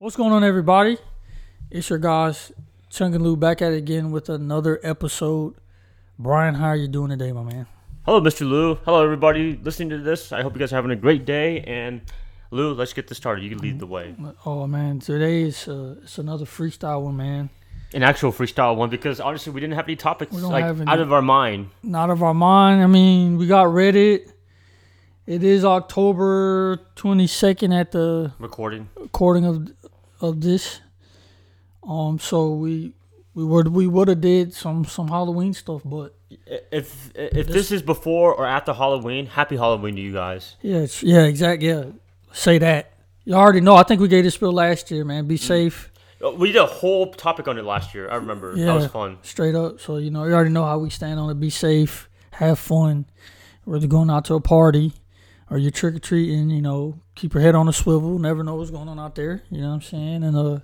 What's going on, everybody? It's your guys, Chung and Lou, back at it again with another episode. Brian, how are you doing today, my man? Hello, Mr. Lou. Hello, everybody listening to this. I hope you guys are having a great day. And Lou, let's get this started. You can lead the way. Oh man, today is uh, it's another freestyle one, man. An actual freestyle one because honestly, we didn't have any topics We don't like have any. out of our mind. Not of our mind. I mean, we got Reddit. It is October twenty second at the Recording. recording of of this. Um, so we we would we would have did some some Halloween stuff, but I- If if this is before or after Halloween, happy Halloween to you guys. Yeah, it's, yeah, exactly. Yeah, say that. You already know. I think we gave this bill last year, man. Be safe. Uh, We did a whole topic on it last year. I remember Yeah, that was fun. Straight up. So you know, you already know how we stand on it. Be safe. Have fun. Whether you're going out to a party or you're trick or treating, you know, keep your head on a swivel. Never know what's going on out there. You know what I'm saying? And uh,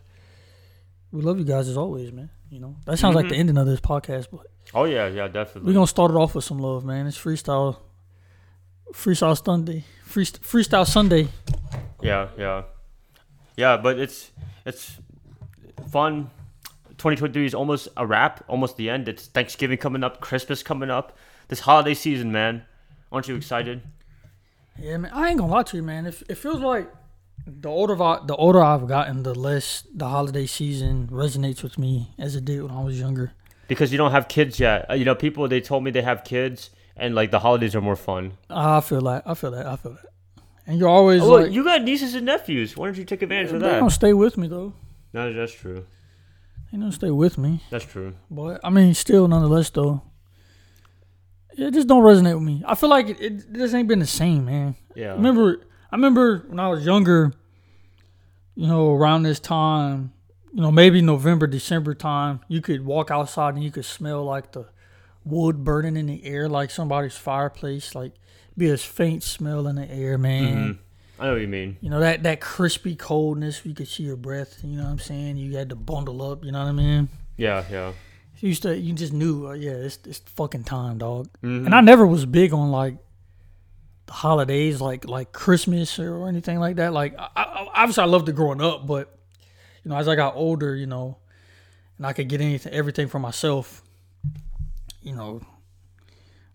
we love you guys as always, man. You know, that sounds like the ending of this podcast, but Oh yeah, yeah, definitely. we're gonna start it off with some love, man. It's freestyle, freestyle Sunday, freest- freestyle Sunday. Yeah, yeah, yeah. But it's it's fun. 2023 is almost a wrap, almost the end. It's Thanksgiving coming up, Christmas coming up, this holiday season, man. Aren't you excited? Yeah, man, I ain't gonna lie to you, man. It, it feels like the older I, the older I've gotten, the less the holiday season resonates with me as it did when I was younger. Because you don't have kids yet. Uh, You know, people they told me they have kids, and like the holidays are more fun. I feel like I feel that I feel that, and you're always Oh, like, you got nieces and nephews. Why don't you take advantage they of don't that? stay with me though. No, that's true. They don't stay with me, That's true. but I mean, still, nonetheless, though, it just don't resonate with me. I feel like it, it this ain't been the same, man. Yeah. I remember I remember when I was younger, you know, around this time, you know, maybe November, December time, you could walk outside and you could smell like the wood burning in the air, like somebody's fireplace, like be a faint smell in the air, man. I know what you mean. You know, that, that crispy coldness, you could see your breath, you know what I'm saying? You had to bundle up, you know what I mean? Yeah, yeah. You used to, you just knew, uh, yeah, it's it's fucking time, dog. And I never was big on like the holidays, like like Christmas or, or anything like that. Like, I, I, obviously, I loved it growing up, but you know, as I got older, you know, and I could get anything, everything for myself, you know,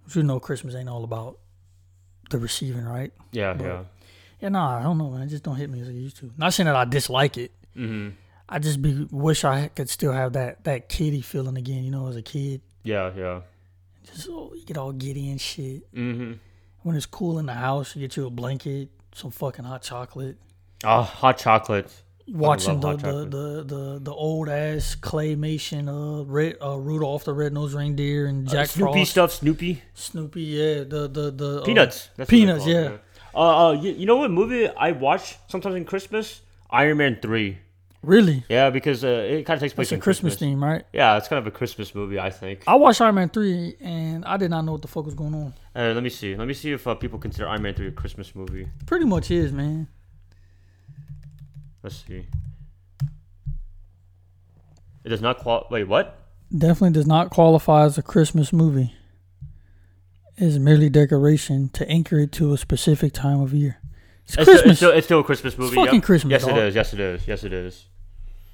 but you know, Christmas ain't all about the receiving, right? Yeah, yeah. Yeah, nah, I don't know, man. It just don't hit me as it used to. Not saying that I dislike it. Mm-hmm. I just be wish I could still have that that kiddie feeling again. You know, as a kid, Yeah, yeah. just oh, you get all giddy and shit. Mm-hmm. When it's cool in the house, you get you a blanket, some fucking hot chocolate. Oh, hot chocolate. Watching the love hot the, chocolate. the the the old ass claymation uh, red, uh Rudolph the Red Nosed Reindeer and Jack Uh, Snoopy Frost, stuff, Snoopy. Snoopy, yeah, the the the uh, Peanuts. Oh, That's what they're peanuts, called, yeah. Uh, uh, you, you know what movie I watch sometimes in Christmas? Iron Man three. Really, Yeah, because uh, it kind of takes place it's a in Christmas theme, right? Yeah, it's kind of a Christmas movie, I think. I watched Iron Man three, and I did not know what the fuck was going on. Uh, let me see. Let me see if uh, people consider Iron Man three a Christmas movie. Pretty much is, man. Let's see. It does not qual. Wait, what? definitely does not qualify as a Christmas movie. It's merely decoration to anchor it to a specific time of year. It's It's Still, Christmas. it's, still, it's still a Christmas movie. fucking yep. Christmas, Yes, dog. it is. Yes, it is. Yes, it is.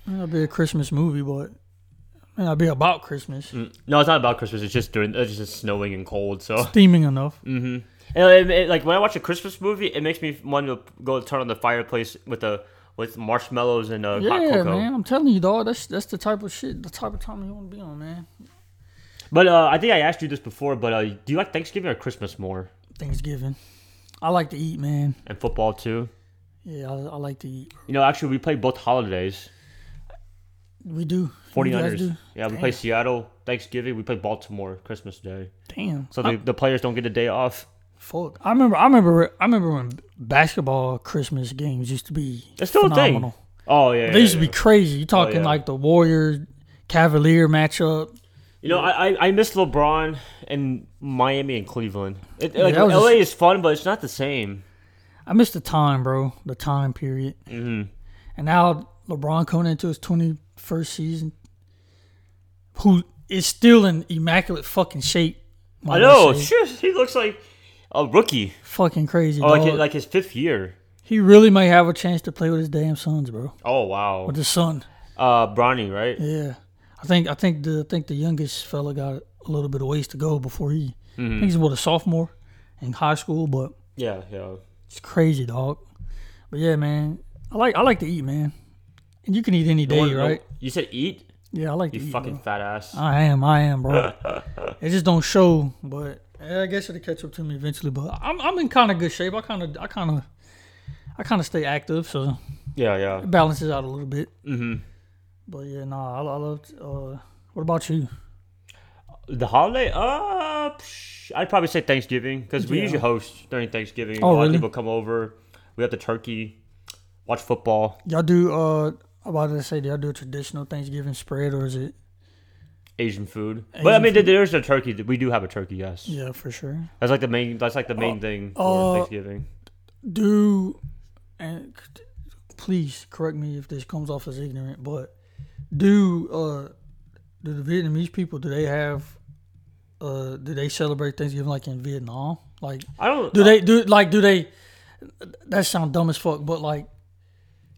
It'll be a Christmas movie, but it'll be about Christmas. Mm, No, it's not about Christmas. It's just during. It's just snowing and cold. So. Theming enough. Mm, And it- it- like when I watch a Christmas movie, it makes me want to go turn on the fireplace with a with marshmallows and a hot Yeah, cocoa. man. I'm telling you, dog. That's that's the type of shit, the type of time you want to be on, man. But uh, I think I asked you this before. But uh, do you like Thanksgiving or Christmas more? Thanksgiving. I like to eat, man. And football too. Yeah, I, I like to eat. You know, actually, we play both holidays. We do. You guys 49ers. do? Yeah, we play Seattle Thanksgiving. We play Baltimore Christmas Day. Damn. So the, the players don't get a day off. Fuck. I remember. I remember. I remember when basketball Christmas games used to be. It's still phenomenal. a thing. Oh yeah, They yeah, used to yeah. be crazy. You talking yeah. like the Warrior Cavalier matchup. You know, I I, I miss LeBron and Miami and Cleveland. It, like, that was LA is fun, but it's not the same. I miss the time, bro. The time period. Mm-hmm. And now LeBron coming into his twenty first season, who is still in immaculate fucking shape. I might know. say. Shit, he looks like a rookie. fucking crazy. Or Oh, like dog. his, like his fifth year. He really may have a chance to play with his damn sons, bro. Oh wow. With his son. Uh, Bronny, right? Yeah, I think I think the I think the youngest fella got a little bit of ways to go before he. I Mm-hmm. think he's what a sophomore in high school, but Yeah, yeah. it's crazy, dog. But yeah, man, I like I like to eat, man. And you can eat any day, One- right? You said eat. Yeah, I like to You eat. fucking bro. Uh. fat ass. I am, I am, bro. it just don't show, but eh, I guess it'll catch up to me eventually. But I'm I'm in kind of good shape. I kind of I kind of I kind of stay active, so yeah, yeah. it balances out a little bit. Mhm. But yeah, nah, I, I love. Uh, what about you? The holiday? Uh, psh, I'd probably say Thanksgiving because we Yeah. usually host during Thanksgiving. Oh, a lot really? of people come over. We have the turkey, watch football, Y'all do uh I'm about to say do y'all do a traditional Thanksgiving spread or is it Asian food. but I Asian mean, there- there's a turkey. We do have a turkey. Yes, yeah for sure. that's like the main. That's like the main thing for uh, Thanksgiving. Do and c- please correct me if this comes off as ignorant, but do uh do the Vietnamese people do they have uh do they celebrate Thanksgiving like in Vietnam? Like I don't. do they do like do they that sound dumb as fuck, but like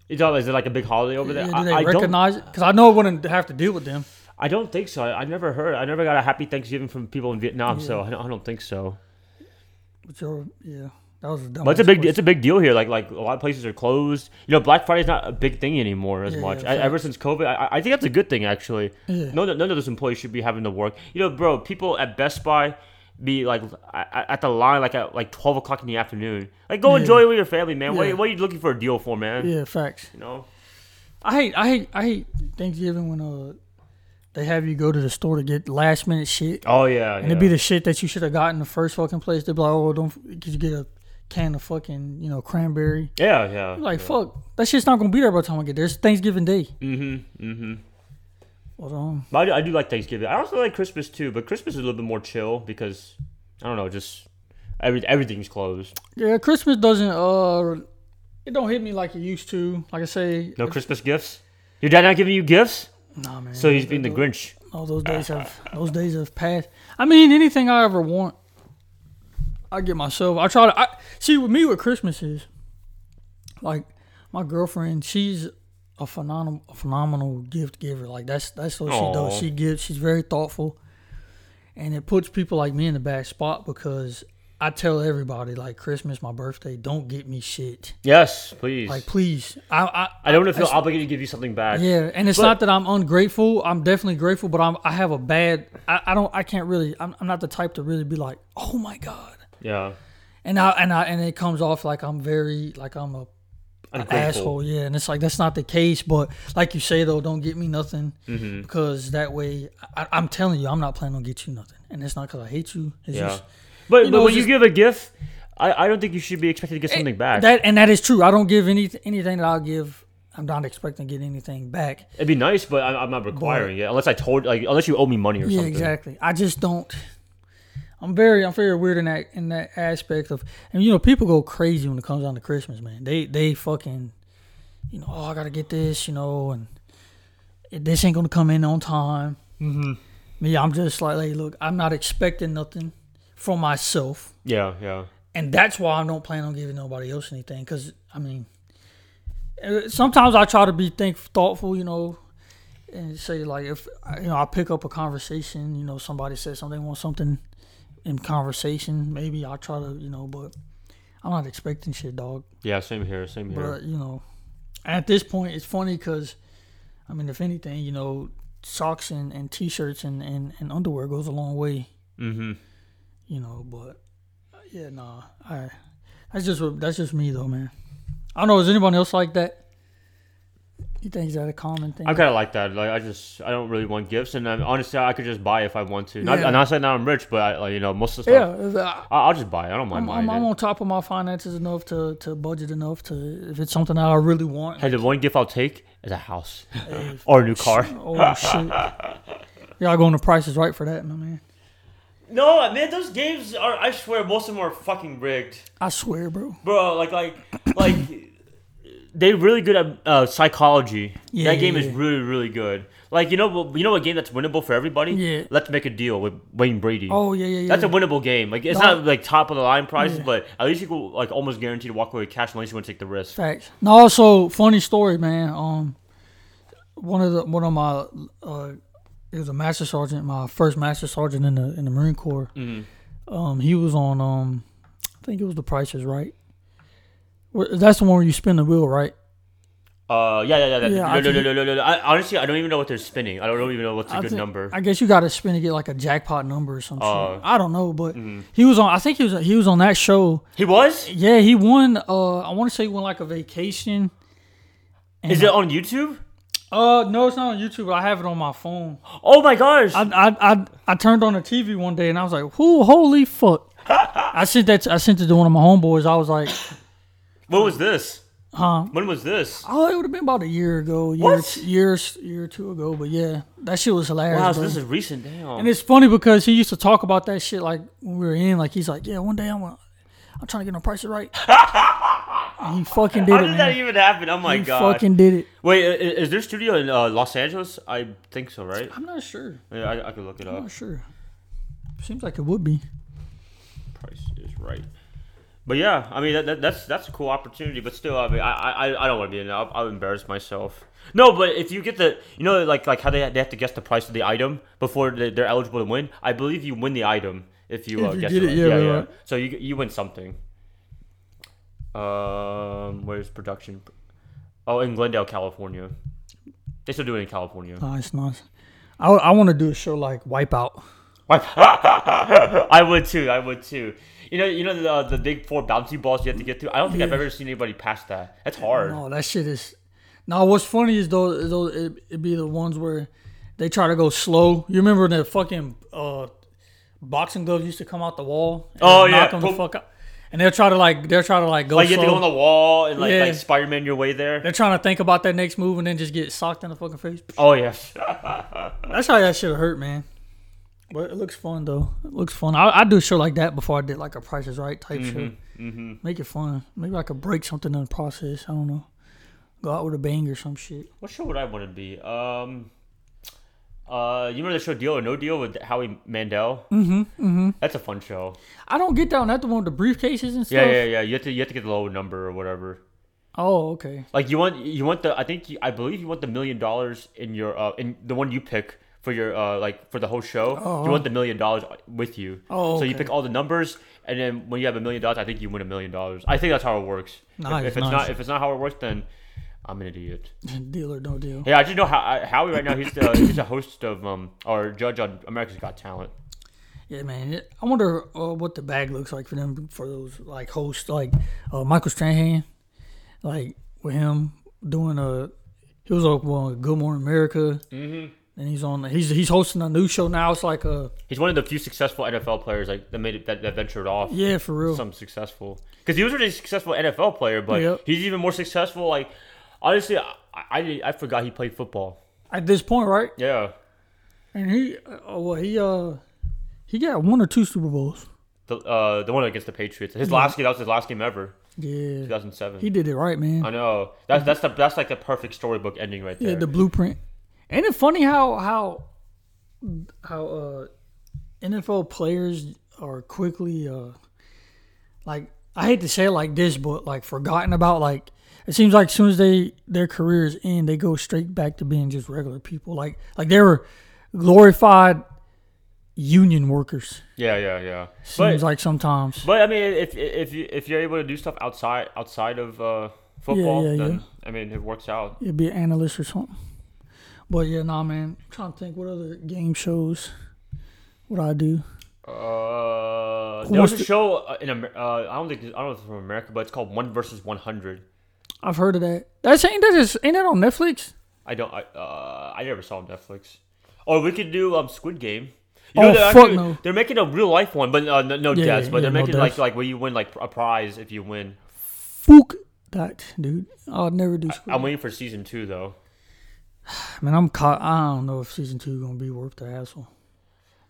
Is it- is it like a big holiday over there? yeah, do they uh, I, I don't. recognize it? Because I know I wouldn't have to deal with them. I don't think so. I, I never heard. I never got a happy Thanksgiving from people in Vietnam. So I don't, I don't think Oh, so. But you yeah, that was a dumb. But it's a ass big. question. It's a big deal here. Like like a lot of places are closed. You know, Black Friday's not a big thing anymore as Yeah, much. yeah, I, ever since COVID, I, I- I think that's a good thing actually. Yeah. None of- none of those employees should be having to work. You know, bro. People at Best Buy be like a- a- at the line like at like twelve o'clock in the afternoon. Like go Yeah. enjoy it with your family, man. Yeah. What, what are you looking for a deal for, man? yeah facts. You know. I hate, I hate, I hate Thanksgiving when uh they have you go to the store to get last minute shit, Oh yeah. and yeah. it'd be the shit that you should have gotten the first fucking place. They'd be like, oh, don't, could you get a can of fucking you know cranberry? yeah yeah. Like fuck, that shit's not gonna be there by the time I get there. It's Thanksgiving Day. Mm-hmm. Mm-hmm. But um, But I do, I do like Thanksgiving. I also like Christmas too, but Christmas is a little bit more chill because I don't know, just every, everything's closed. yeah, Christmas doesn't uh, it don't hit me like it used to. Like I say, No Christmas gifts. Your dad not giving you gifts, nah, man. so he's being the Grinch. All those days have those days have passed. I mean, anything I ever want, I get myself. I try to. I see with me with Christmas is like my girlfriend. She's a phenomenal, a phenomenal gift giver. Like that's that's what she Aw. does. She gives. She's very thoughtful, and it puts people like me in a bad spot because I tell everybody like Christmas, my birthday, don't get me shit. Yes, please. Like please, I I, I don't want to feel obligated to give you something back. yeah, and it's But- not that I'm ungrateful. I'm definitely grateful, but I'm I have a bad. I, I don't. I can't really. I'm, I'm not the type to really be like, oh my god. Yeah. And I and I and it comes off like I'm very like I'm a Ungrateful. asshole. Yeah, and it's like that's not the case. But like you say though, don't get me nothing Mm-hmm. because that way I, I'm telling you, I'm not planning on get you nothing, and it's not because I hate you. It's Yeah. just But, but know, when it's you just- Eh, give a gift, I, I don't think you should be expected to get something back. that, and that is true. I don't give any anything that I'll give. I'm not expecting to get anything back. It'd be nice, but I, I'm not requiring it unless I told like unless you owe me money or Yeah, something. exactly. I just don't. I'm very, I'm very weird in that in that aspect of, and you know, people go crazy when it comes down to Christmas, man. They they fucking, you know, oh, I gotta get this, you know, and it- this ain't gonna come in on time. Mm-hmm. Me, I'm just like, hey, look, I'm not expecting nothing from myself, Yeah, yeah. and that's why I don't plan on giving nobody else anything. Cause I mean, uh, sometimes I try to be think thoughtful, you know, and say like if you know I pick up a conversation, you know, somebody says something, want something in conversation, maybe I try to, you know, but I'm not expecting shit, dog. Yeah, same here, same here. But you know, at this point, it's funny because I mean, if anything, you know, socks and, and t-shirts and, and and underwear goes a long way mm-hmm. you know. But uh, yeah, nah, I that's just what that's just me though, man. I don't know. Is anyone else like that? You think is that a common thing? I'm kind of like that. Like I just I don't really want gifts, and I'm, honestly I could just buy if I want to. Not, Yeah. Not saying that I'm rich, but I, like you know most of the stuff yeah, is- I- I, I'll just buy. it. I don't mind I'm, buying I'm, I'm it. on top of my finances enough to to budget enough to if it's something that I really want. Hey, the one gift I'll take is a house or a new car. Oh shit! Y'all going to prices right for that, my man? No, man, those games are. I swear, most of them are fucking rigged, I swear, bro. bro. Like like like. they're really good at uh, psychology. Yeah, that game yeah, is yeah. really, really good. Like you know, what- you know, a game that's winnable for everybody. Yeah. Let's make a deal with Wayne Brady. Oh yeah, yeah, yeah. That's a yeah. winnable game. Like it's No. not like top of the line prizes, but at least you could like almost guarantee to walk away with cash unless you want to take the risk. Facts. No, also funny story, man. Um, one of the one of my uh, it was a master sergeant, my first master sergeant in the in the Marine Corps. Mm-hmm. Um, he was on um, I think it was The Price is Right. Wh- That's the one where you spin the wheel, right? Uh, yeah, yeah, yeah. that- Yeah, I no, no, think- no, no, no, no. I, honestly, I don't even know what they're spinning. I don't, even know what's a I good thi- number. I guess you got to spin to get like a jackpot number or some Oh. shit. I don't know, but mm-hmm. he was on. I think he was he was on that show. he was. Yeah, he won. Uh, I want to say he won like a vacation. And- Is it on YouTube? Uh, no, it's not on YouTube. I have it on my phone. Oh my gosh! I I I, I turned on the TV one day and I was like, "Who? Holy fuck!" I sent that. I sent it to one of my homeboys. I was like, when was this? "Huh." When was this? Oh, it would have been about a year ago, year, What? years, year or two ago. But yeah, that shit was hilarious. Wow, bro. so this is recent. Damn. And it's funny because he used to talk about that shit like when we were in. Like he's like, yeah, one day I'm gonna, I'm trying to get my prices right. And he fucking did How it, did that man. even happen? Oh my He god! fucking did it. Wait, i- i- is there studio in uh, Los Angeles? I think so, right? I'm not sure. Yeah, I, I could look it I'm up. not sure. Seems like it would be. Price is right. But yeah, I mean that, that, that's that's a cool opportunity. But still, I mean, I I, I don't want to be in. it. I'll, I'll embarrass myself. No, but if you get the, you know, like like how they they have to guess the price of the item before they- they're eligible to win. I believe you win the item if you, If uh, you guess get it. it, right. yeah, Yeah, yeah. right, right. So you you win something. Um, where's production? Oh, in Glendale, California. They still do it in California. Nice, nice. I, I want to do a show like Wipeout. I would too. I would too. You know, you know the the big four bouncy balls you have to get through. I don't think I've Yeah. ever seen anybody pass that. That's hard. No, that shit is. Now, what's funny is though, is though it, it be the ones where they try to go slow. You remember that fucking uh, boxing gloves used to come out the wall? and Oh, yeah. knock them the Boom. fuck out. And they'll try to like they'll try to like go Like you slow. have to go on the wall and like Yeah. like Spider Man your way there. They're trying to think about that next move and then just get socked in the fucking face. Oh yes. That's how that should have hurt, man. But it looks fun though. It looks fun. I I do a show like that before I did like a Price is Right type show. Mm-hmm, Make it fun. Maybe I could break something in the process. I don't know. Go out with a bang or some shit. What show would I want to be? Um, uh, you remember the show Deal or No Deal with Howie Mandel? Mm-hmm. mm-hmm. That's a fun show. I don't get down. That the one with the briefcases and stuff. Yeah, yeah, yeah. You have to you have to get the low number or whatever. Oh, okay. Like you want you want the I think you, I believe you want the million dollars in your uh in the one you pick for your uh like for the whole show. You want the million dollars with you. Oh, So you okay. pick all the numbers and then when you have a million dollars, I think you win a million dollars. I think that's how it works. If- Nice, if, it's nice. not if it's not how it works, then I'm an idiot. Deal or no deal. Yeah, I just know how I, Howie right now. He's the he's a host of um or judge on America's Got Talent. Yeah, man. It- I wonder uh, what the bag looks like for them for those like hosts, like uh, Michael Strahan, like with him doing a. He was on well, Good Morning America, mm-hmm. and he's on. He's he's hosting a new show now. It's like a He's one of the few successful NFL players like that made it that, that ventured off. yeah, for real. some successful because he was already a successful NFL player, but Yep. he's even more successful. Like honestly, I, I I forgot he played football. At this point, right? Yeah, And he, uh, well, he uh, he got one or two Super Bowls. the uh, the one against the Patriots, his last game that was his last game ever, Yeah, 2007. Mm-hmm. he did it right, man. I know that's that's the that's like the perfect storybook ending right there. Yeah, the blueprint. Ain't it funny how how how uh, NFL players are quickly uh, like I hate to say it like this, but like forgotten about. Like it seems like as soon as they their careers end, they go straight back to being just regular people. Like like they were glorified union workers. yeah, yeah, yeah. Seems But like sometimes. but I mean, if if you if you're able to do stuff outside outside of uh, football, yeah, then yeah. I mean, it works out. It'd be an analyst or something. But yeah, nah, man. I'm trying to think what other game shows would I do. Uh, Who there was wants a to- show uh, in Amer- uh, I don't think I don't know if it's from America, but it's called One versus One Hundred. I've heard of that. That's ain't that just ain't that on Netflix? I don't. I uh, I never saw Netflix. Or we could do um Squid Game. Oh, they're fuck no. They're making a real life one, but uh, no, no Yeah, deaths. yeah, But they're yeah, no making like deaths. like where you win like a prize if you win. Fuck that, dude. I'll never do. Squid. I'm waiting for season two though. I mean, I'm caught. I don't know if season two gonna be worth the hassle.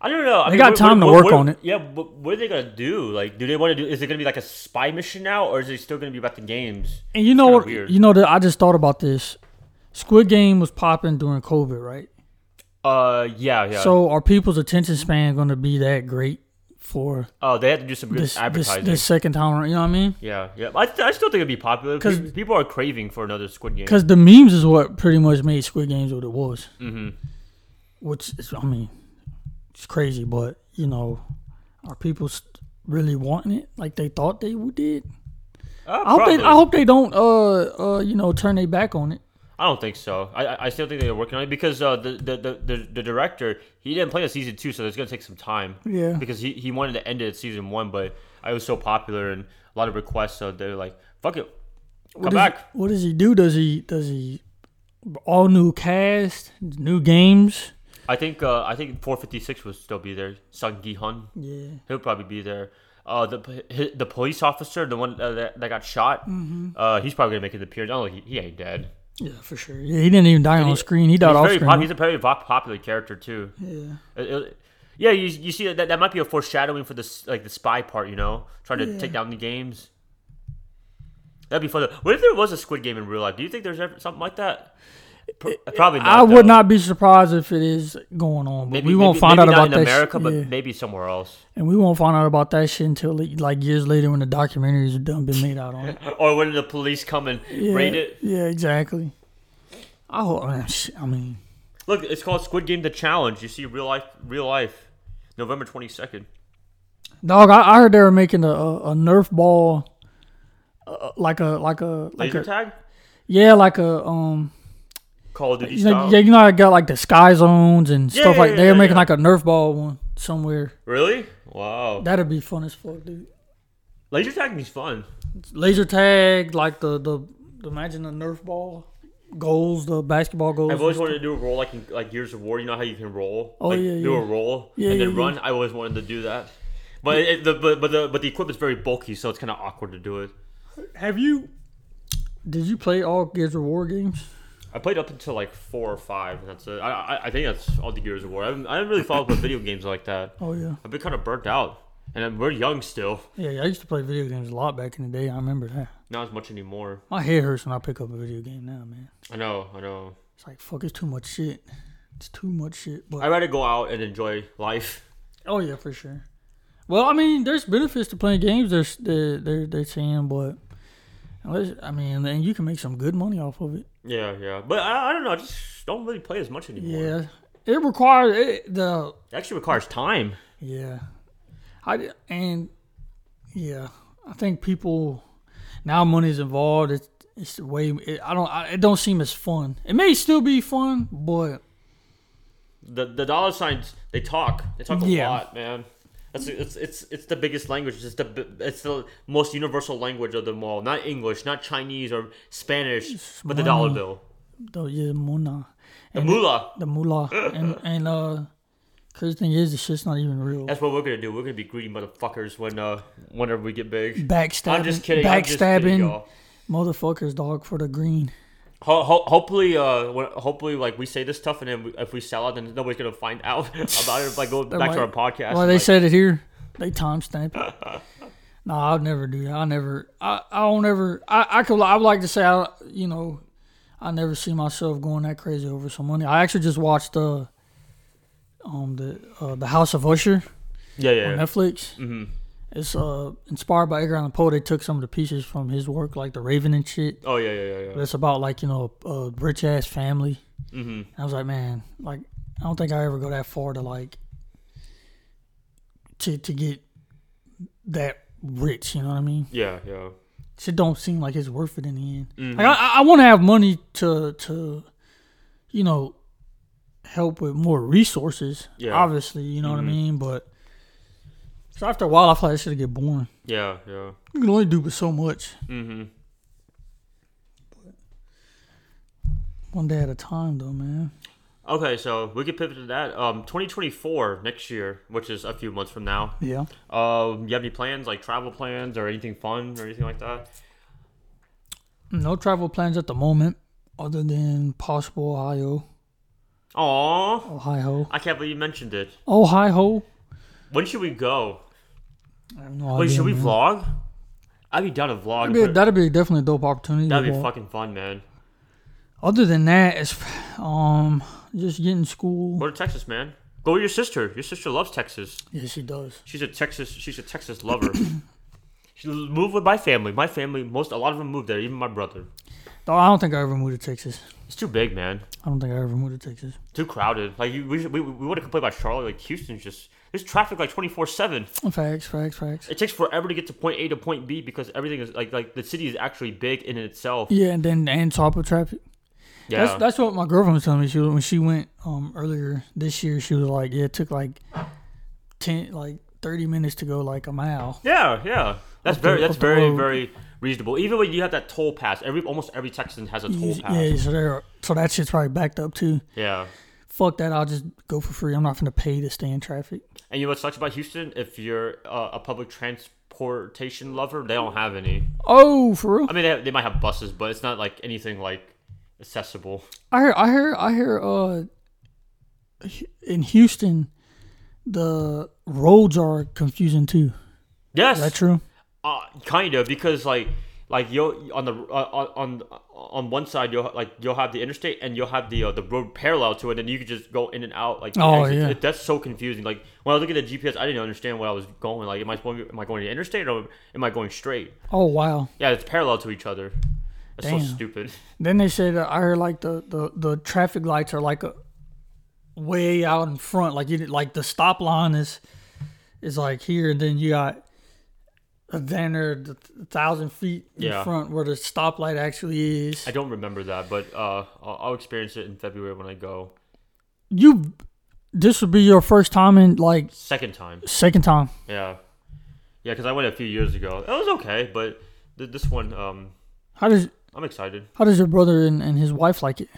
I don't know. I They got time to work on it. Yeah, but what are they gonna do? Like, do they want to do? Is it gonna be like a spy mission now, or is it still gonna be about the games? And you know what? weird. You know that I just thought about this. Squid Game was popping during COVID, right? Uh, yeah, yeah. So are people's attention span going to be that great for oh, they have to do some good this this, advertising. this second time? around, You know what I mean? yeah, yeah. I, th- I still think it'd be popular 'Cause- because people are craving for another Squid Game. Because the memes is what pretty much made Squid Games what it was. Mm-hmm. Which is, I mean, it's crazy, but you know, are people st- really wanting it like they thought they w- did? Uh, I hope they, probably. I hope they don't, uh, uh, you know, turn their back on it. I don't think so. I- I, I still think they're working on it because uh, the, the, the, the, the director he didn't play the season two, so it's gonna take some time. Yeah. Because he, he wanted to end it at season one, but it was so popular and a lot of requests, so they're like, "Fuck it, come What does- back." what does he do? Does he does he all new cast, new games? I think uh, I think 456 would still be there. Sung Gi Hun, Yeah. he'll probably be there. Uh, the p- hi- the police officer, the one uh, that, that got shot, Mm-hmm. uh, he's probably gonna make an appearance. Oh, he, he ain't dead. Yeah, for sure. Yeah, he didn't even die on he- screen. He died he's off very screen. pop, he's a very pop- popular character too. yeah. It- it- yeah, you, you see that that might be a foreshadowing for this like the spy part, you know, trying to take down the games. That'd be fun. What if there was a Squid Game in real life? Do you think there's ever something like that? Pro- Probably not. I would though. not be surprised if it is going on, but Maybe, we won't maybe- find maybe out not about in that. America, shit. but yeah. maybe somewhere else, And we won't find out about that shit until like years later when the documentaries are done been made out on it. or when the police come and Yeah, raid it. Yeah, exactly. I hope. I mean, shit, I mean, Look, it's called Squid Game: The Challenge. You see real life, real life, November twenty second. dog. I, I heard they were making a, a, a Nerf ball, uh, like a like a like Laser a tag, yeah, like a um. Call of Duty You know, style. yeah, you know, I got like the sky zones and Yeah, stuff yeah, like. yeah, They're yeah, making yeah. like a Nerf ball one somewhere. Really? Wow. That'd be fun as fuck, dude. Laser tag is fun. laser tag, like the the, the imagine the Nerf ball goals, the basketball goals. I've always wanted to do a roll like in, like Gears of War. You know how you can roll, Oh, like, yeah, do yeah. a roll Yeah, and then yeah, yeah. run. I always wanted to do that, but it, the but, but the but the equipment's very bulky, so it's kind of awkward to do it. Have you? Did you play all Gears of War games? I played up until like four or five, and that's it. I I, I think that's all the Gears of War. I haven't, I haven't really followed up with video games like that. Oh yeah, I've been kind of burnt out, and I'm, we're young still, yeah, yeah. I used to play video games a lot back in the day. I remember that. not as much anymore. My head hurts when I pick up a video game now, man. I know, I know. It's like fuck, it's too much shit. It's too much shit. But I'd rather go out and enjoy life. oh yeah, for sure. Well, I mean, there's benefits to playing games. There's they're they're, they're saying, but unless, I mean, and you can make some good money off of it. Yeah, yeah. But I, I don't know. I just don't really play as much anymore. Yeah, it requires it, the It actually requires time. Yeah, I d- and yeah, I think people now money's involved. It's it's way it, I don't I, it don't seem as fun. It may still be fun, but The the dollar signs they talk. They talk a Yeah. lot, man. That's it's it's it's the biggest language. It's the bi- it's the most universal language of them all. Not English, not Chinese or Spanish, but the dollar bill. the yeah, muna, The moolah. the mullah, and and uh, crazy thing is the shit's not even real. That's what we're gonna do. We're gonna be greedy motherfuckers when uh whenever we get big. Backstabbing, I'm just kidding. I'm just backstabbing kidding, y'all. motherfuckers, dog for the green. Ho- ho- hopefully, uh, when, hopefully, like we say this stuff, and then we, if we sell out, then nobody's gonna find out about it. Like go back to our might- podcast. Well, they like, said it here. They timestamp it. no, I'll never do that. I never. I, I don't ever. I, I could. I would like to say. I, you know, I never see myself going that crazy over some money. I actually just watched uh, um the uh, the House of Usher yeah, yeah, on yeah. Netflix. Mm-hmm. It's uh inspired by Edgar Allan Poe. They took some of the pieces from his work, like The Raven and shit. Oh yeah, yeah, yeah, But yeah. it's about like you know a rich ass family. Mm-hmm. I was like, man, like I don't think I ever go that far to like to to get that rich. You know what I mean? Yeah, yeah. Shit don't seem like it's worth it in the end. Like I- I, I want to have money to to you know help with more resources. Yeah. Obviously, you know what I mean. But so after a while, I feel like that shit get boring. Yeah, yeah. You can only do but so much. Mm-hmm. One day at a time, though, man. Okay, so we could pivot to that. Um, 2024 next year, which is a few months from now. Yeah. Um, you have any plans, like travel plans or anything fun or anything like that? No travel plans at the moment, other than possible Ohio. Aw, Oh hi ho. I can't believe you mentioned it. Oh hi ho. When should we go? I have no Wait, idea, should we man. vlog? I'd be down to vlog. That'd and be, put- that'd be definitely a dope opportunity. That'd to be walk. fucking fun, man. Other than that, it's um just getting school. Go to Texas, man. Go with your sister. Your sister loves Texas. Yeah, she does. She's a Texas. She's a Texas lover. she moved with my family. My family, most a lot of them moved there. Even my brother. Though I don't think I ever moved to Texas. It's too big, man. I don't think I ever moved to Texas. Too crowded. Like you, we, we, we would have complained about Charlotte. Like Houston's just there's traffic like twenty four seven. Facts, facts, facts. It takes forever to get to point A to point B because everything is like like the city is actually big in itself. Yeah, and then and top of traffic. Yeah, That's that's what my girlfriend was telling me. She was, when she went um earlier this year, she was like, yeah, it took like ten like thirty minutes to go like a mile. yeah, yeah. That's Up the- very that's up the very road. very reasonable. Even when you have that toll pass, every almost every Texan has a toll pass. Yeah, so there, so that shit's probably backed up too. yeah. Fuck that! I'll just go for free. I'm not gonna pay to stay in traffic. And you know what sucks about Houston? If you're uh, a public transportation lover, they don't have any. Oh, for real? I mean, they, they might have buses, but it's not like anything like accessible. I hear, I hear, I hear. Uh, in Houston, the roads are confusing too. Yes, Is that true? uh, kind of because like like you'll on the uh, on on one side you'll like you'll have the interstate and you'll have the uh, the road parallel to it, and you can just go in and out. Like Oh, it's- yeah. it- that's so confusing. Like when I look at the GPS, I didn't understand where I was going. Like am I supposed to- am I going to the interstate or am I going straight? Oh wow! Yeah, it's parallel to each other. That's Damn. so stupid. Then they said uh, I heard like the, the the traffic lights are like a way out in front, like you did- like the stop line is is like here, and then you got a banner the thousand feet in Yeah. front where the stoplight actually is. I don't remember that, but uh, I'll, I'll experience it in February when I go you, this would be your first time in like second time. second time. Yeah, yeah, because I went a few years ago. It was okay, but th- this one, um, How does I'm excited. how does your brother and, and his wife like it?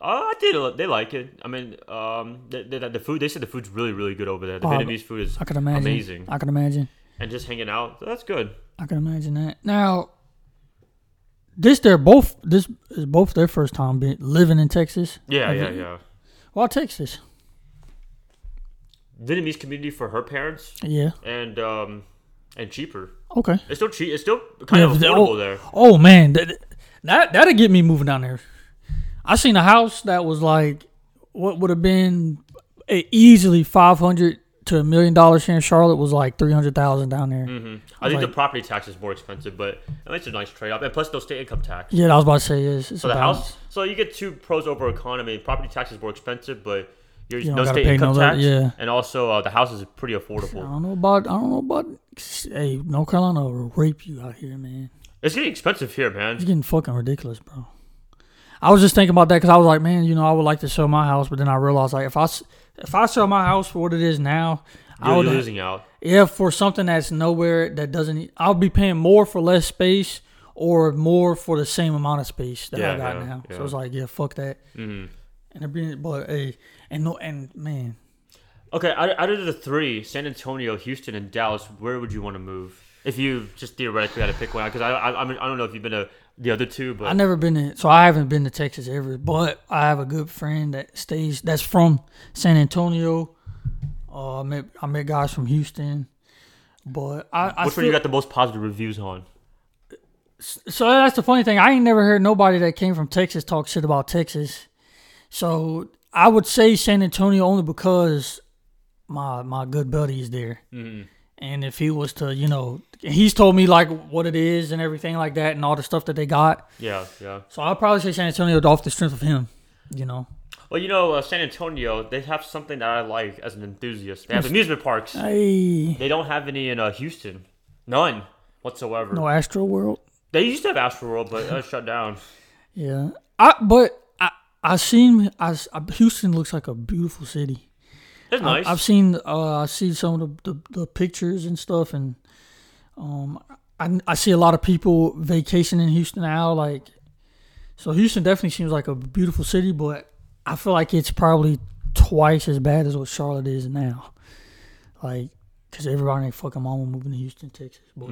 Uh, I did. li- They like it. I mean, um, the, the, the food. They said the food's really, really good over there. The Oh, I- Vietnamese food is I can imagine. amazing, I can imagine. and just hanging out. That's good. I can imagine that. Now, this they're both this is both their first time being, living in Texas. Yeah, Have yeah, you- yeah. Why Texas? Vietnamese community for her parents, Yeah. and um, and cheaper. Okay. It's still cheap. It's still kind Yeah, of but they- affordable there. Oh man, that that that'll get me moving down there. I seen a house that was like what would have been eh, easily five hundred to a million dollars here in Charlotte was like three hundred thousand down there. I think the like- property tax is more expensive, but I mean, it's a nice trade off. And plus, no state income tax. Yeah, I was about to say yes. It's So the about- house, so you get two pros over economy. Property tax is more expensive, but you're don't no gotta state pay income no that- tax, yeah. and also uh, the house is pretty affordable. I don't know about I don't know about hey North Carolina will rape you out here, man. It's getting expensive here, man. It's getting fucking ridiculous, bro. I was just thinking about that because I was like, man, you know, I would like to sell my house, but then I realized like if I s- if I sell my house for what it is now, I You're would losing out. yeah for something that's nowhere that doesn't. I'll be paying more for less space or more for the same amount of space that I Yeah, got yeah, now. So yeah. it's like, yeah, fuck that. Mm-hmm. And it being, but hey, and no, and man, Okay, out out of the three, San Antonio, Houston, and Dallas, where would you want to move? If you just theoretically had to pick one, because I, I, I, mean, I don't know if you've been to the other two, but I never been to so I haven't been to Texas ever, but I have a good friend that stays that's from San Antonio. Uh, I met I met guys from Houston, but I, I which one feel- you got the most positive reviews on? so that's the funny thing. I ain't never heard nobody that came from Texas talk shit about Texas. So I would say San Antonio only because my my good buddy is there. And if he was to, you know, he's told me like what it is and everything like that and all the stuff that they got. Yeah, yeah. So I'll probably say San Antonio off the strength of him, you know. Well, you know, uh, San Antonio, they have something that I like as an enthusiast. They have amusement parks. Hey, They don't have any in uh, Houston, none whatsoever. no Astro World. They used to have Astroworld, but uh, shut down. Yeah, I but I I seen I, s- I- Houston looks like a beautiful city. That's nice. I've seen uh I see some of the, the, the pictures and stuff, and um I I see a lot of people vacationing in Houston now. Like, so Houston definitely seems like a beautiful city, but I feel like it's probably twice as bad as what Charlotte is now. Like, cause everybody ain't fucking mama moving to Houston, Texas. But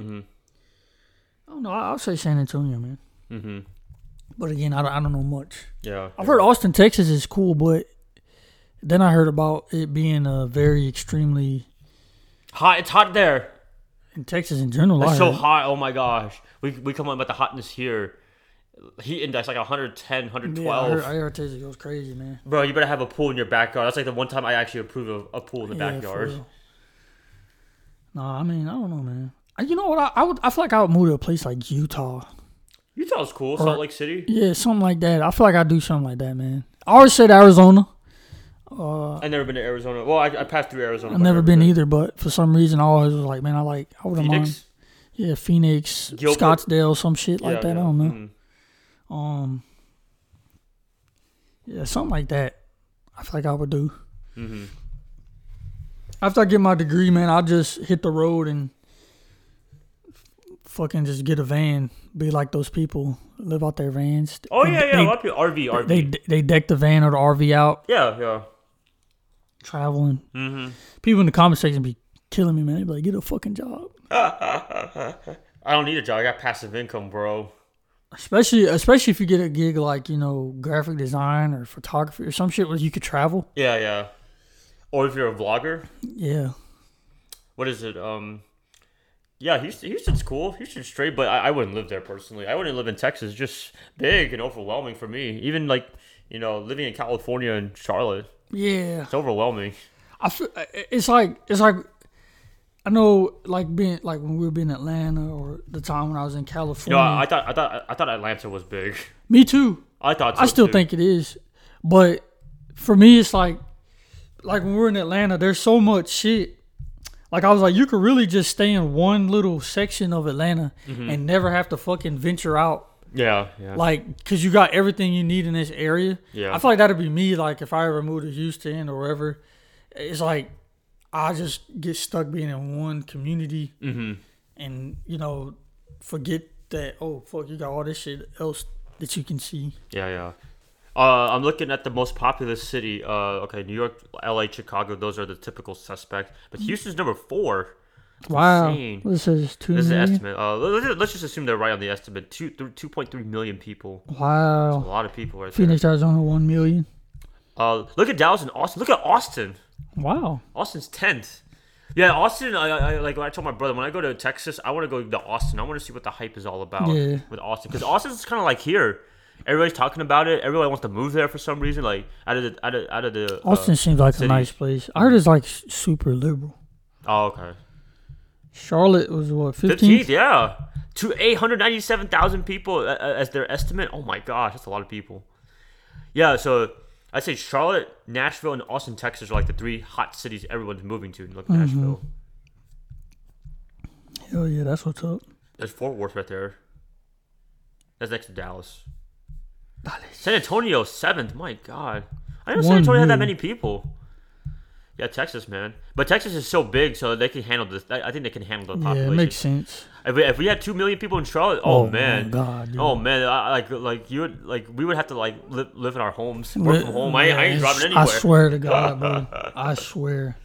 I don't know. I- I'll say San Antonio, man. mm-hmm. But again, I don't, I don't know much. Yeah. I've heard Austin, Texas is cool, but Then I heard about it being a very extremely Hot. It's hot there. in Texas in general. I It's so heard. hot. Oh my gosh. We we come on about the hotness here. Heat index like 110, Yeah, I 112. heard, I heard Texas goes crazy, man. Bro, you better have a pool in your backyard. That's like the one time I actually approved of a pool in the Yeah, for backyard. real. Nah, I mean, I don't know, man. I- You know what? I, I would. I feel like I would move to a place like Utah. Utah's cool. Salt Lake City. Yeah, something like that. I feel like I do something like that, man. I always said Arizona. I've never been to Arizona. Well, I, I passed through Arizona. Uh, I've never been either, but for some reason, I always was like, man, I like. I wouldn't mind. Phoenix. Yeah, Phoenix, Gilbert. Scottsdale, some shit like Yeah, that. yeah. I don't know. Mm. Um, yeah, something like that. I feel like I would do. Mm-hmm. After I get my degree, man, I'll just hit the road and fucking just get a van. Be like those people live out their vans. Oh They- yeah, yeah. They, A lot of people RV, RV. they they deck the van or the RV out yeah, yeah. traveling. Mm-hmm. People in the comment section be killing me, man. They be like, get a fucking job. I don't need a job. I got passive income, bro. Especially, especially if you get a gig like you know graphic design or photography or some shit where you could travel. Yeah, yeah. Or if you're a vlogger, Yeah, what is it? Um, yeah, Houston, Houston's cool. Houston's straight, but I, I wouldn't live there personally. I wouldn't live in Texas. It's Just big and overwhelming for me. Even like you know, living in California and Charlotte, yeah. it's overwhelming. I feel, it's like it's like I know like being like when we were being in Atlanta or the time when I was in You California. know, I, I thought I thought I thought Atlanta was big. me too. I thought so, I still too. think it is, but for me, it's like like when we were in Atlanta. There's so much shit. Like I was like, you could really just stay in one little section of Atlanta Mm-hmm. and never have to fucking venture out. Yeah, yeah. Like, cause you got everything you need in this area. Yeah. I feel like that'd be me. Like, if I ever moved to Houston or wherever, it's like I just get stuck being in one community, Mm-hmm. and you know, forget that. Oh fuck, you got all this shit else that you can see. Yeah, yeah. Uh, I'm looking at the most populous city. Uh, okay, New York, L.A., Chicago. Those are the typical suspects. But Mm-hmm. Houston's number four. Wow. insane. What it says two This is an million? estimate. Uh, let's, let's just assume they're right on the estimate. Two, th- 2.3 million people. A Wow. lot of people right there. Phoenix, Arizona, one million. Uh, look at Dallas and Austin. Look at Austin. Wow. Austin's tenth. Yeah, Austin. I, I I- like. When I told my brother when I go to Texas, I want to go to Austin. I want to see what the hype is all about Yeah. with Austin because Austin's kind of like here. Everybody's talking about it. Everybody wants to move there for some reason. Like out of the out of, out of the uh, Austin seems like a cities. nice place. I heard it's like s- super liberal. Oh, okay. Charlotte was what 15th, fifteen? yeah. To 897,000 people a- a- as their estimate. Oh my gosh, that's a lot of people. Yeah, so I'd say Charlotte, Nashville, and Austin, Texas are like the three hot cities everyone's moving to. Look, Mm-hmm. Nashville. Hell Oh, yeah, that's what's up. There's Fort Worth right there. That's next to Dallas. San Antonio, seventh. My God. I didn't know San One Antonio had that million. many people. Yeah, Texas, man. But Texas is so big, so they can handle this. I I think they can handle the Yeah, population. it makes sense. If we, if we had two million people in Charlotte, oh, my man, God, dude. oh man, I, I- like like you would like we would have to like live, live in our homes, work from home. I, ain't- I Yes, ain't driving anywhere. I swear to God, bro. I swear.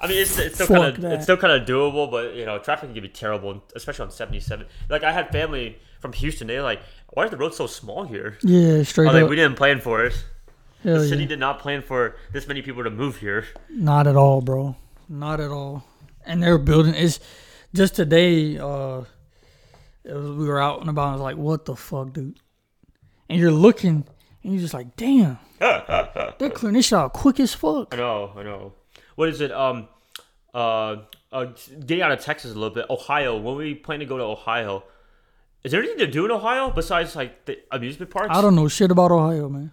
I mean, it's, it's still Fuck kind of that. it's still kind of doable, but you know, traffic can be terrible, especially on seventy seven. Like I had family from Houston, they're like, "Why is the road so small here?" Yeah, straight I was up. Oh, like, "We didn't plan for it. Hell The yeah. city did not plan for this many people to move here." Not at all, bro. Not at all. And they're building. It's just today. Uh, it was, we were out and about. I was like, "What the fuck, dude?" And you're looking, and you're just like, "Damn, they're clearing this shit out quick as fuck." I know, I know. What is it? Um, uh, uh, getting out of Texas a little bit. Ohio. When we plan to go to Ohio, is there anything to do in Ohio besides like the amusement parks? I don't know shit about Ohio, man.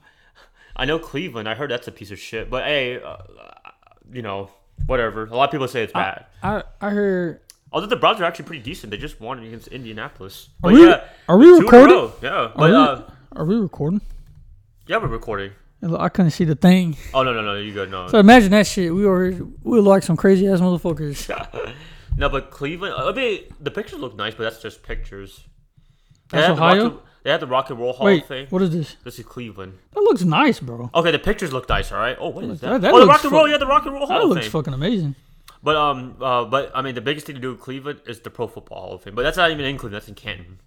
I know Cleveland. I heard that's a piece of shit. But hey, uh, you know, whatever. A lot of people say it's bad. I I heard. Although the Browns are actually pretty decent. They just won against Indianapolis. Are But we- yeah, are we two in a recording? row. Yeah, Are but we, uh, are we recording? yeah, we're recording. I couldn't see the thing. Oh no, no, no, you good? No, So imagine that shit. We were we were like some crazy ass motherfuckers. No, but Cleveland. I mean, the pictures look nice, but that's just pictures. They That's had the Ohio? Rock and- they had the Rock and Roll Hall Wait, of Fame. what is this? This is Cleveland. That looks nice, bro. Okay, the pictures look nice. All right. Oh, what is that? That- that oh, the looks Rock and fu- Roll. Yeah, the Rock and Roll That Hall of looks Fame. fucking amazing. but um, uh, but I mean, the biggest thing to do in Cleveland is the Pro Football Hall of Fame. But that's not even in Cleveland. That's in Canton.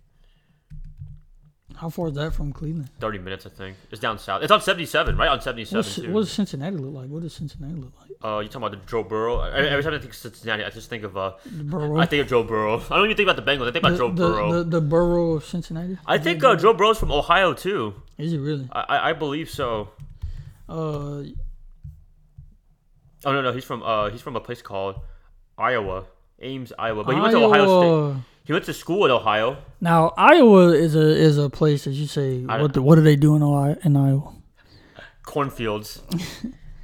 How far is that from Cleveland? Thirty minutes, I think. It's down south. It's on seventy seven, right? On seventy seven. What's, what does Cincinnati look like? What does Cincinnati look like? Uh, you talking about the Joe Burrow? I- Every time I think Cincinnati, I just think of uh, The borough. I think of Joe Burrow. I don't even think about the Bengals. I think about the, Joe the, Burrow. The, the borough of Cincinnati. I think uh, Joe Burrow's from Ohio too. Is it really? I, I, I believe so. Uh, Oh no, no, he's from uh, he's from a place called Iowa, Ames, Iowa. But he went to Ohio State. Iowa. He went to school at Ohio. Now Iowa is a is a place that you say I- what the, what do they do in Ohio, in Iowa? Cornfields.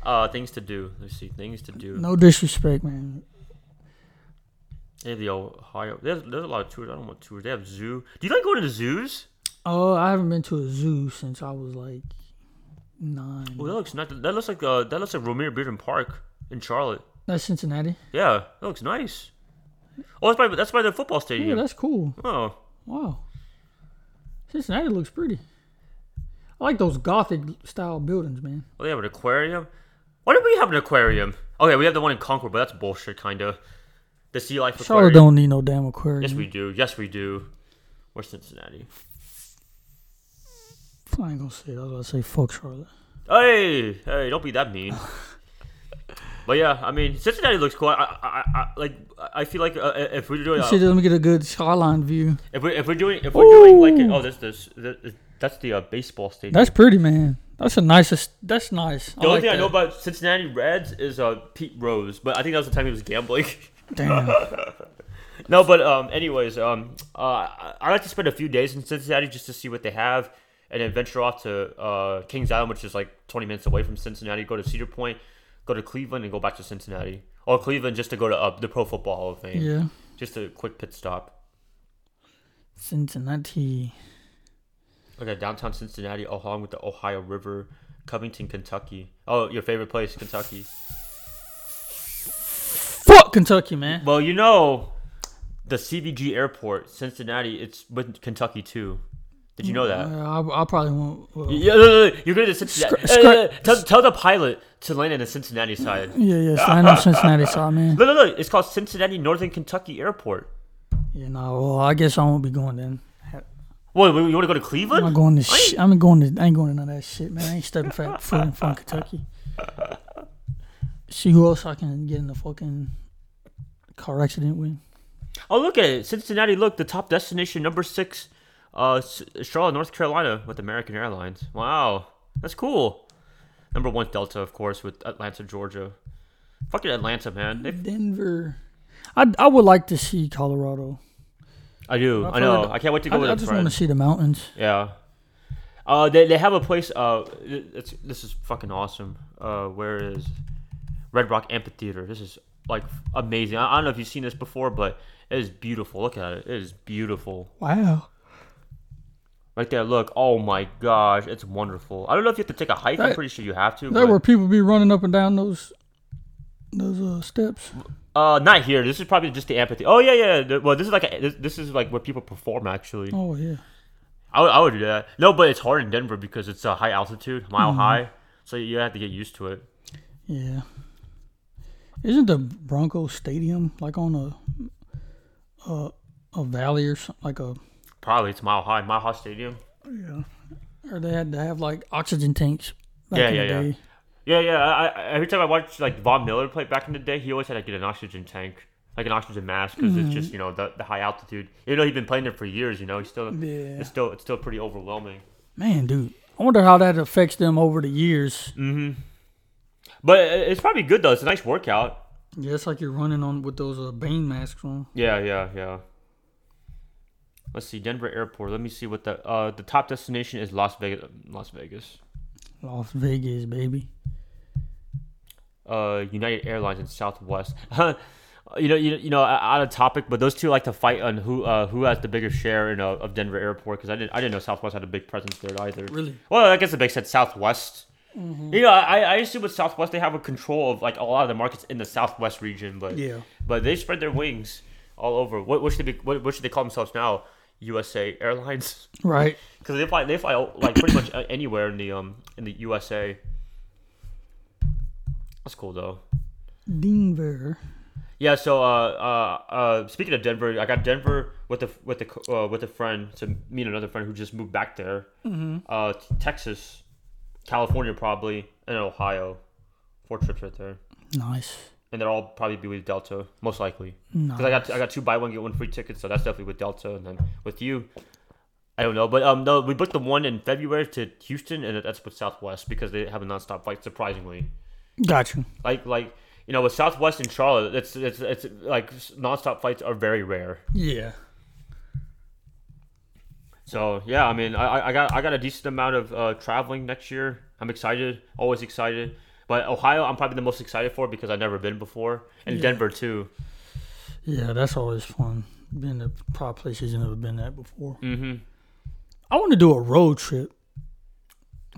uh, things to do. Let's see, things to do. No disrespect, man. They have the Ohio. There's, there's a lot of tours. I don't want tours. They have zoo. Do you like going to the zoos? Oh, I haven't been to a zoo since I was like nine. Well, that looks nice. That looks like uh, that looks like Romeo Bearden Park in Charlotte. That's Cincinnati. Yeah, that looks nice. Oh, that's by that's by the football Yeah, stadium. that's cool. oh, Wow, Cincinnati looks pretty. I like those gothic style buildings, man. oh, they have an aquarium. Why don't we have an aquarium? Okay, we have the one in Concord, but that's bullshit, kind of. The sea life aquarium. Charlotte don't need no damn aquarium. Yes, we do. Yes, we do. We're Cincinnati. I ain't gonna say. That. I was about to say fuck Charlotte. Hey, hey, don't be that mean. but yeah, I mean, Cincinnati looks cool. I, I, I- I like. I feel like uh, if we're doing, Shit, let me get a good skyline view. if we if we're doing, if we're doing like, Ooh. oh, this this, this that's the uh, baseball stadium. That's pretty, man. That's a nice. That's nice. The I only like thing I that. know about Cincinnati Reds is uh, Pete Rose, but I think that was the time he was gambling. Damn. no, but um, anyways, um, uh, I I like to spend a few days in Cincinnati just to see what they have, and then venture off to uh, Kings Island, which is like 20 minutes away from Cincinnati. Go to Cedar Point, go to Cleveland, and go back to Cincinnati, or Cleveland just to go to uh, the Pro Football Hall of Fame. yeah, Just a quick pit stop. Cincinnati. Look at downtown Cincinnati, along with the Ohio River, Covington, Kentucky. Oh, your favorite place, Kentucky. Fuck Kentucky, man. Well, you know, the CVG airport, Cincinnati, it's with Kentucky too. Did you know Uh, that? I, I probably won't. well, Yeah, no, no, no, you're going to Cincinnati. Scr- Mm. scr- Uh, tell, tell the pilot to land in the Cincinnati side. yeah, yeah. So I know Cincinnati side, man. No, no, no. It's called Cincinnati Northern Kentucky Airport. Yeah, no. Well, I guess I won't be going then. What? You want to go to I'm not Cleveland? going to. Sh- I'm going to. I ain't going to none of that shit, man. I ain't stepping fa- foot in fucking Kentucky. See who else I can get in a fucking car accident with. Oh, look at it. Cincinnati. Look, the top destination, number six, uh, S- Charlotte, North Carolina, with American Airlines. Wow, that's cool. Number one, Delta, of course, with Atlanta, Georgia. Fucking Atlanta, man. They Denver. I, I would like to see Colorado. I do. I've I know. heard- I can't wait to I, go with I a just friend. want to see the mountains. Yeah. Uh, they, they have a place. Uh, it- it's, this is fucking awesome. Uh, where is Red Rock Amphitheater? This is like amazing. I, I don't know if you've seen this before, but it is beautiful. Look at it. It is beautiful. Wow. Right there. Look. Oh my gosh, it's wonderful. I don't know if you have to take a hike. I'm That- pretty sure you have to. There But, were people be running up and down those those uh, steps. uh, not here. This is probably just the amphitheater. Oh yeah, yeah. The- Well, this is like a, this, this is like where people perform actually. Oh yeah. I would, I would do that. No, but it's hard in Denver because it's a high altitude, mile Mm-hmm. high. So you have to get used to it. Yeah. Isn't the Broncos Stadium like on a a, a valley or something like a Probably it's mile high, mile high stadium. or they had to have like oxygen tanks back Yeah, in yeah, the yeah. day. Yeah, yeah. I, I, every time I watched like Von Miller play back in the day, he always had to get an oxygen tank, like an oxygen mask, because it's just you know the, the high altitude. Even though he's been playing there for years, you know, he's still Yeah. it's still it's still pretty overwhelming. Man, dude. I wonder how that affects them over the years. Mm. But it- it's probably good though. It's a nice workout. Yeah, it's like you're running on with those uh, Bane masks on. Yeah, yeah, yeah. Let's see, Denver Airport. Let me see what the uh, the top destination is. Las Vegas. Las Vegas. Las Vegas, baby. uh, United Airlines and Southwest. you know, you, you know, out of topic, but those two like to fight on who uh, who has the bigger share in, uh, of Denver Airport because I didn't I didn't know Southwest had a big presence there either. Really? Mm-hmm. Well, I guess it makes sense. Southwest. You know, I, I assume with Southwest they have a control of like a lot of the markets in the Southwest region, but Yeah. but they spread their wings all over. What, what should they be, what, what should they call themselves now? USA Airlines Right. because they fly they fly like pretty much a- anywhere in the um in the USA. That's cool though. Denver. Yeah. So, uh, uh, uh, speaking of Denver, I got Denver with a with a uh, with a friend to meet another friend who just moved back there. Uh, Texas, California, probably, and Ohio. Four trips right there, Nice. and they'll all probably be with Delta, most likely. Because I got I got two buy one get one free tickets, so that's definitely with Delta, and then with you. I don't know, but um, no, we booked the one in February to Houston, and that's with Southwest because they have a nonstop flight. Surprisingly, Got you. like like you know with Southwest and Charlotte, it's it's it's like nonstop flights are very rare. Yeah. So yeah, I mean I I- I got I got a decent amount of uh, traveling next year. I'm excited, always excited. But Ohio, I'm probably the most excited for because I've never been before, and Denver too. Yeah, that's always fun. Been to probably places you never been at before. Mm-hmm. I want to do a road trip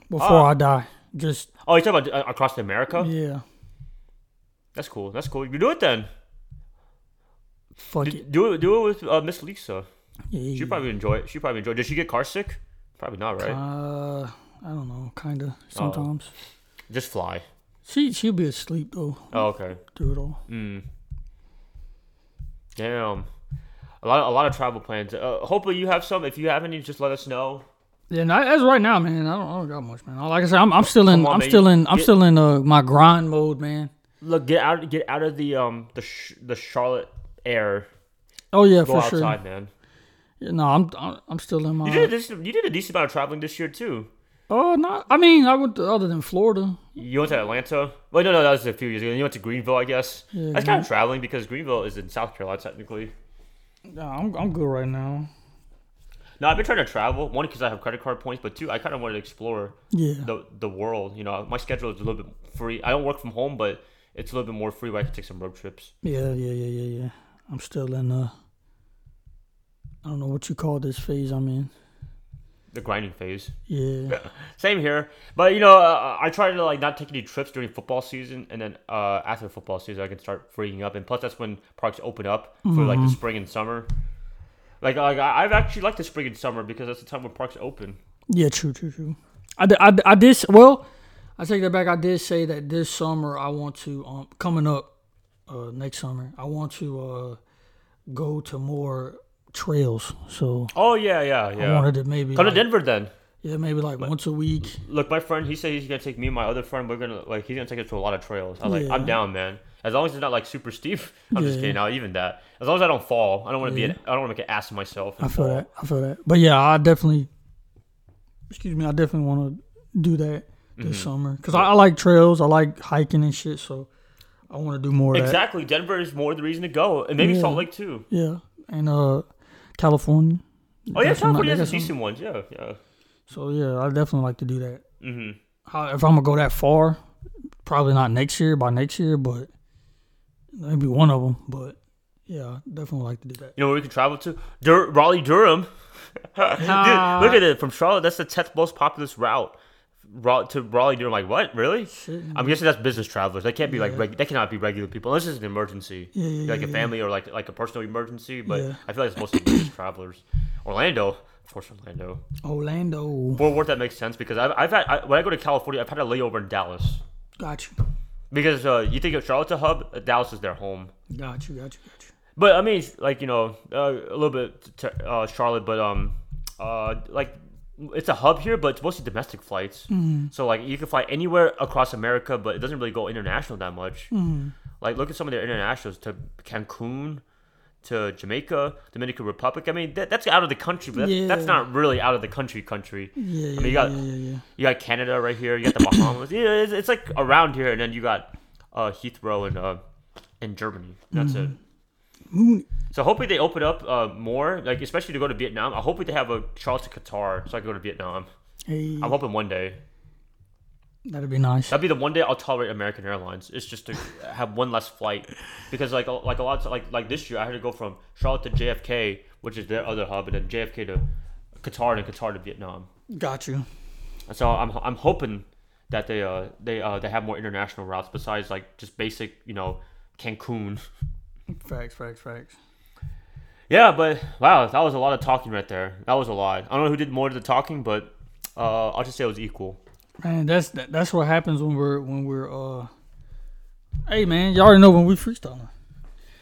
before Ah. I die. Just Oh, you talking about uh, across America? yeah, That's cool. That's cool. You do it then. fuck Do, it. do it. Do it with uh, Miss Lisa. Yeah. She probably enjoy it. She probably enjoy. It. Did she get car sick? Probably not, right? Uh, I don't know. Kind Oh. of sometimes. Just fly. She she'll be asleep though Oh, okay. through it all. Mm. Damn. A lot, a lot of travel plans. Uh, hopefully you have some. If you have any, just let us know. Yeah, and I, as right now, man, I don't, I don't got much, man. Like I said, I'm, I'm still in, Come on, I'm man. still in, I'm Get- still in uh, my grind mode, man. Look, get out, get out of the um the sh- the Charlotte air. Oh yeah, Go for outside, man. sure. No, I'm, I'm, I'm still in my. You did a decent, you did a decent amount of traveling this year too. Oh, not. I mean, I went to, other than Florida. You went to Atlanta. Well, no, no, that was a few years ago. You went to Greenville, I guess. That's kind of traveling because Greenville is in South Carolina technically. No, I'm, I'm good right now. No, I've been trying to travel. One, because I have credit card points, but two, I kind of wanted to explore Yeah. the the world. You know, my schedule is a little bit free. I don't work from home, but it's a little bit more free where I can take some road trips. Yeah, yeah, yeah, yeah, yeah. I'm still in uh I don't know what you call this phase I'm in. The grinding phase. Yeah. Same here, but you know, uh, I try to like not take any trips during football season, and then uh, after football season, I can start freeing up. And plus, that's when parks open up for like Mm-hmm. the spring and summer. Like, like I- I've actually liked the spring and summer because that's the time when parks open. Yeah, true, true, true. I, di- I, di- I did, s- well, I take that back. I did say that this summer I want to, um, coming up uh, next summer, I want to uh, go to more trails. So Oh yeah, yeah, I yeah. wanted to maybe, Come to like, Denver then. yeah, maybe like once a week. Look, my friend, he said he's gonna take me and my other friend. We're gonna like he's gonna take us to a lot of trails. I'm like, Yeah. I'm down, man. As long as it's not like super steep. I'm just Yeah. kidding. Not even that. As long as I don't fall, I don't want to Yeah. be. An, I don't want to make an ass of myself. I and feel fall. that. I feel that. But yeah, I definitely, excuse me, I definitely want to do that this summer. 'Cause summer because I, I like trails, I like hiking and shit. So I want to do more of that. Exactly. Denver is more the reason to go, and maybe Yeah. Salt Lake too. Yeah, and uh, California. Oh yeah, That's some- California has that's some some- decent ones. Yeah, yeah. So yeah, I definitely like to do that. hmm How, if I'm gonna go that far, probably not next year. By next year, but maybe one of them. But yeah, I definitely like to do that. You know where we can travel to? Dur- Raleigh, Durham. Dude, Ah. look at it from Charlotte. That's the tenth most populous route Ra- to Raleigh, Durham. Like what? Really? Shit. I'm guessing that's business travelers. They can't be like reg- they cannot be regular people unless it's an emergency, Yeah, yeah, like a yeah, family or like like a personal emergency. But Yeah. I feel like it's mostly business travelers. Orlando, of course, Orlando. Orlando, Fort Worth that makes sense because I've, I've had I, when I go to California, I've had a layover in Dallas got you, because uh, you think of Charlotte's a hub, uh, Dallas is their home. got you, got you, got you. But I mean, it's like you know, uh, a little bit t- uh, Charlotte, but um, uh, like it's a hub here, but it's mostly domestic flights. Mm-hmm. So like you can fly anywhere across America, but it doesn't really go international that much. Mm-hmm. Like look at some of their internationals to Cancun, to Jamaica, Dominican Republic. I mean, that, that's out of the country, but that's, that's Yeah. not really out of the country country. Yeah, yeah, mean, you yeah, got- yeah, yeah, yeah. You got Canada right here. You got the Bahamas. yeah, it's, it's like around here, and then you got uh, Heathrow and uh, and Germany. That's it. Moon- So hopefully they open up uh, more, like especially to go to Vietnam. I hope they have a Charles to Qatar so I can go to Vietnam. Hey, I'm hoping one day. that'd be nice. That'd be the one day I'll tolerate American Airlines. It's just to have one less flight because like like a lot of, like like this year I had to go from Charlotte to JFK, which is their other hub, and then JFK to Qatar and then Qatar to Vietnam. Got you. So I'm I'm hoping that they uh they uh they have more international routes besides like just basic you know Cancun. Facts, facts, facts. Yeah, but wow, that was a lot of talking right there. That was a lot. I don't know who did more of the talking, but uh, I'll just say it was equal. Man, that's that, that's what happens when we're when we're uh. Hey man, you already know when we freestyling.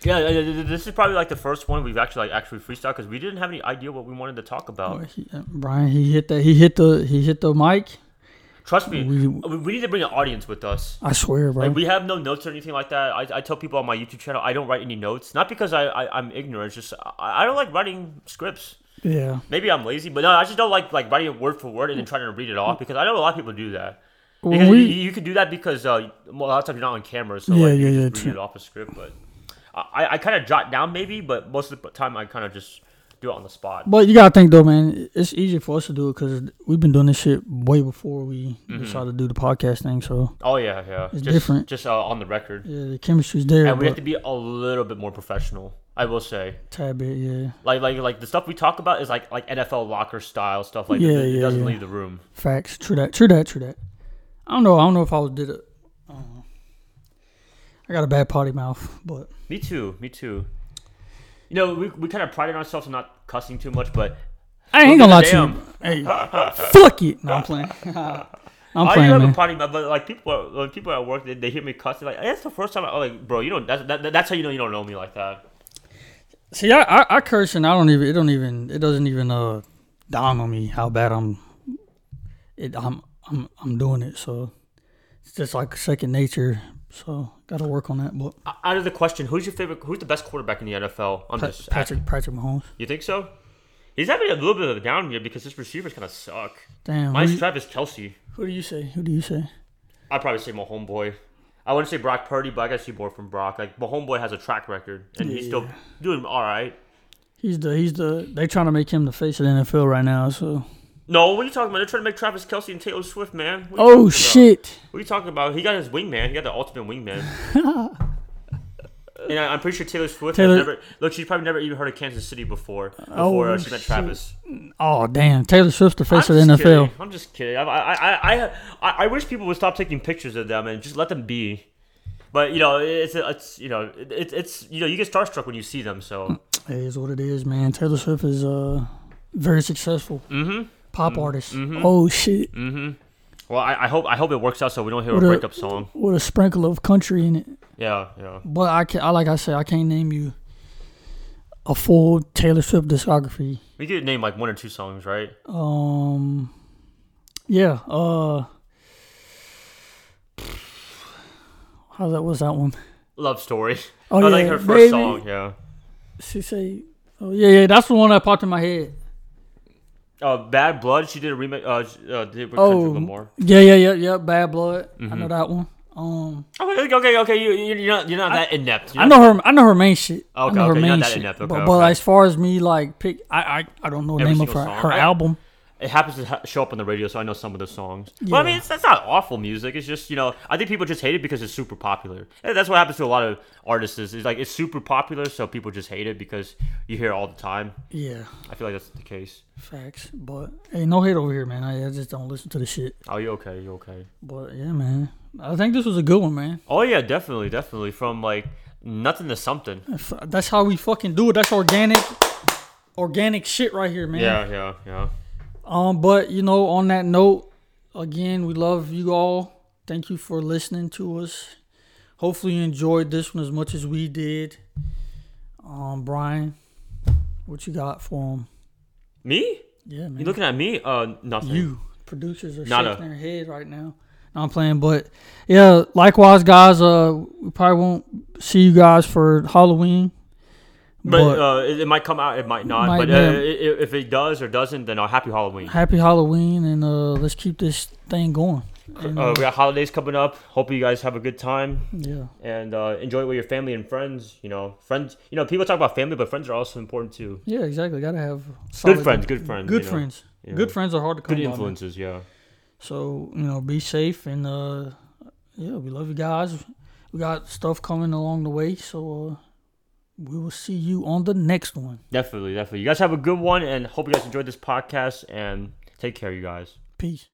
Yeah, yeah, yeah, this is probably like the first one we've actually like actually freestyle because we didn't have any idea what we wanted to talk about. He- uh, Brian, he hit that. He hit the. He hit the mic. Trust me, We- we, we need to bring an audience with us. I swear, bro. Like we have no notes or anything like that. I, I tell people on my YouTube channel I don't write any notes, not because I, I I'm ignorant. It's just I, I don't like writing scripts. yeah. Maybe I'm lazy, but no, I just don't like like writing it word for word and then trying to read it off because I know a lot of people do that. Well, Because we- you, you can do that because uh, a lot of times you're not on camera, so Yeah, like, yeah, you yeah, just true. read it off a script. But I, I kind of jot down maybe, but most of the time I kind of just do it on the spot. But you gotta think though, man. It's easier for us to do it because we've been doing this shit way before we Mm-hmm. decided to do the podcast thing. So Oh yeah, yeah, It's just, different. Just uh, on the record, yeah, the chemistry's there, and we have but to be a little bit more professional. I will say, tad bit, yeah. like like like the stuff we talk about is like like NFL locker style stuff. Like Yeah, it, it yeah, doesn't yeah. leave the room. Facts, true that, true that, true that. I don't know. I don't know if I would did it. I don't know. I got a bad potty mouth, but Me too. Me too. You know, we, we kind of prided ourselves on not cussing too much, but I ain't Well, gonna lie to damn. you. Hey, fuck it. No, I'm playing. I'm I do playing, have a man. potty mouth, but like people, are, when people at work, they, they hear me cuss. They're like, "That's the first time." I, I'm like, bro, you don't. That's, that, that's how you know you don't know me like that. See, I, I I curse and I don't even. It don't even. It doesn't even uh dawn on me how bad I'm. It I'm I'm I'm doing it. So it's just like second nature. So got to work on that. But O- Out of the question, who's your favorite? Who's the best quarterback in the NFL? I'm Pa- just asking. Patrick Patrick Mahomes. You think so? He's having a little bit of a down year because his receivers kind of suck. Damn. Who, Mine's do you- Travis Kelsey. who do you say? Who do you say? I'd probably say my homeboy. I wouldn't say Brock Purdy, but I gotta see more from Brock. Like my homeboy has a track record, and he's still doing all right. He's the he's the. They trying to make him the face of the NFL right now. So No, what are you talking about? They're trying to make Travis Kelsey and Taylor Swift, man. What are you talking oh about? shit. What are you talking about? He got his wingman. He got the ultimate wingman. and I, I'm pretty sure Taylor Swift Taylor- Oh, has never look. She's probably never even heard of Kansas City before. Before uh, she met shit. Travis. Oh damn. Taylor Swift's the face of the just NFL. kidding. I'm just kidding. I, I, I, I, I, I wish people would stop taking pictures of them and just let them be. But you know, it's it's you know, it's it's you know, you get starstruck when you see them. So It is what it is, man. Taylor Swift is uh very successful Mhm. pop artist. Mm-hmm. Oh shit. well, I, I hope I hope it works out so we don't hear What a a- breakup song. with a sprinkle of country in it. Yeah, yeah. But I can, I like I said, I can't name you a full Taylor Swift discography. We could name like one or two songs, right? Um, yeah. Uh, how that was that one? Love story. Oh, Not like yeah, her first baby. song. Yeah. She say, oh yeah, yeah. That's the one that popped in my head. Uh, Bad Blood. She did a remake. Uh, sh- uh did it with Oh. Kendrick Lamar. Yeah, yeah, yeah, yeah. Bad blood. I Mm-hmm. know that one. Um, Okay, okay, okay. You, you- you're not, you're not that inept. You're I not- know her. I know her main shit. I Okay, know her okay, you're main not that shit. inept, but okay, but okay. as far as me like pick, I I, I don't know the Every name of her single song. her I- album. It happens to ha- show up on the radio, so I know some of the songs. Well, I mean, it's, that's not awful music. It's just you know, I think people just hate it because it's super popular. And that's what happens to a lot of artists. Is it's like it's super popular, so people just hate it because you hear it all the time. Yeah. I feel like that's the case. Facts, but hey, no hate over here, man. I, I just don't listen to the shit. Oh, you okay? You okay? But yeah, man, I think this was a good one, man. Oh yeah, definitely, definitely. From like nothing to something. If- uh, That's how we fucking do it. That's organic, organic shit right here, man. Yeah, yeah, yeah. Um, but you know, on that note, again, we love you all. Thank you for listening to us. Hopefully, you enjoyed this one as much as we did. Um, Brian, what you got for him? Me? Yeah, man. You looking at me? Uh, nothing. You producers are Nada. shaking their head right now. No, I'm playing, but yeah. Likewise, guys. Uh, we probably won't see you guys for Halloween. But, But, uh, it, it might come out, it might not. Might, but uh, yeah. i- i- if it does or doesn't, then uh, happy Halloween. happy Halloween, and uh, let's keep this thing going. And, Uh, we got holidays coming up. Hope you guys have a good time yeah, and uh, enjoy it with your family and friends. You know, friends. You know, people talk about family, but friends are also important too. yeah, exactly. Gotta have solid- friends, good friends, good you know. friends. Yeah. Good friends are hard to come Good by, man. influences, yeah. So you know, be safe, and uh, yeah, we love you guys. We got stuff coming along the way, so uh, we will see you on the next one. Definitely, definitely. You guys have a good one, and hope you guys enjoyed this podcast. And take care, you guys. Peace.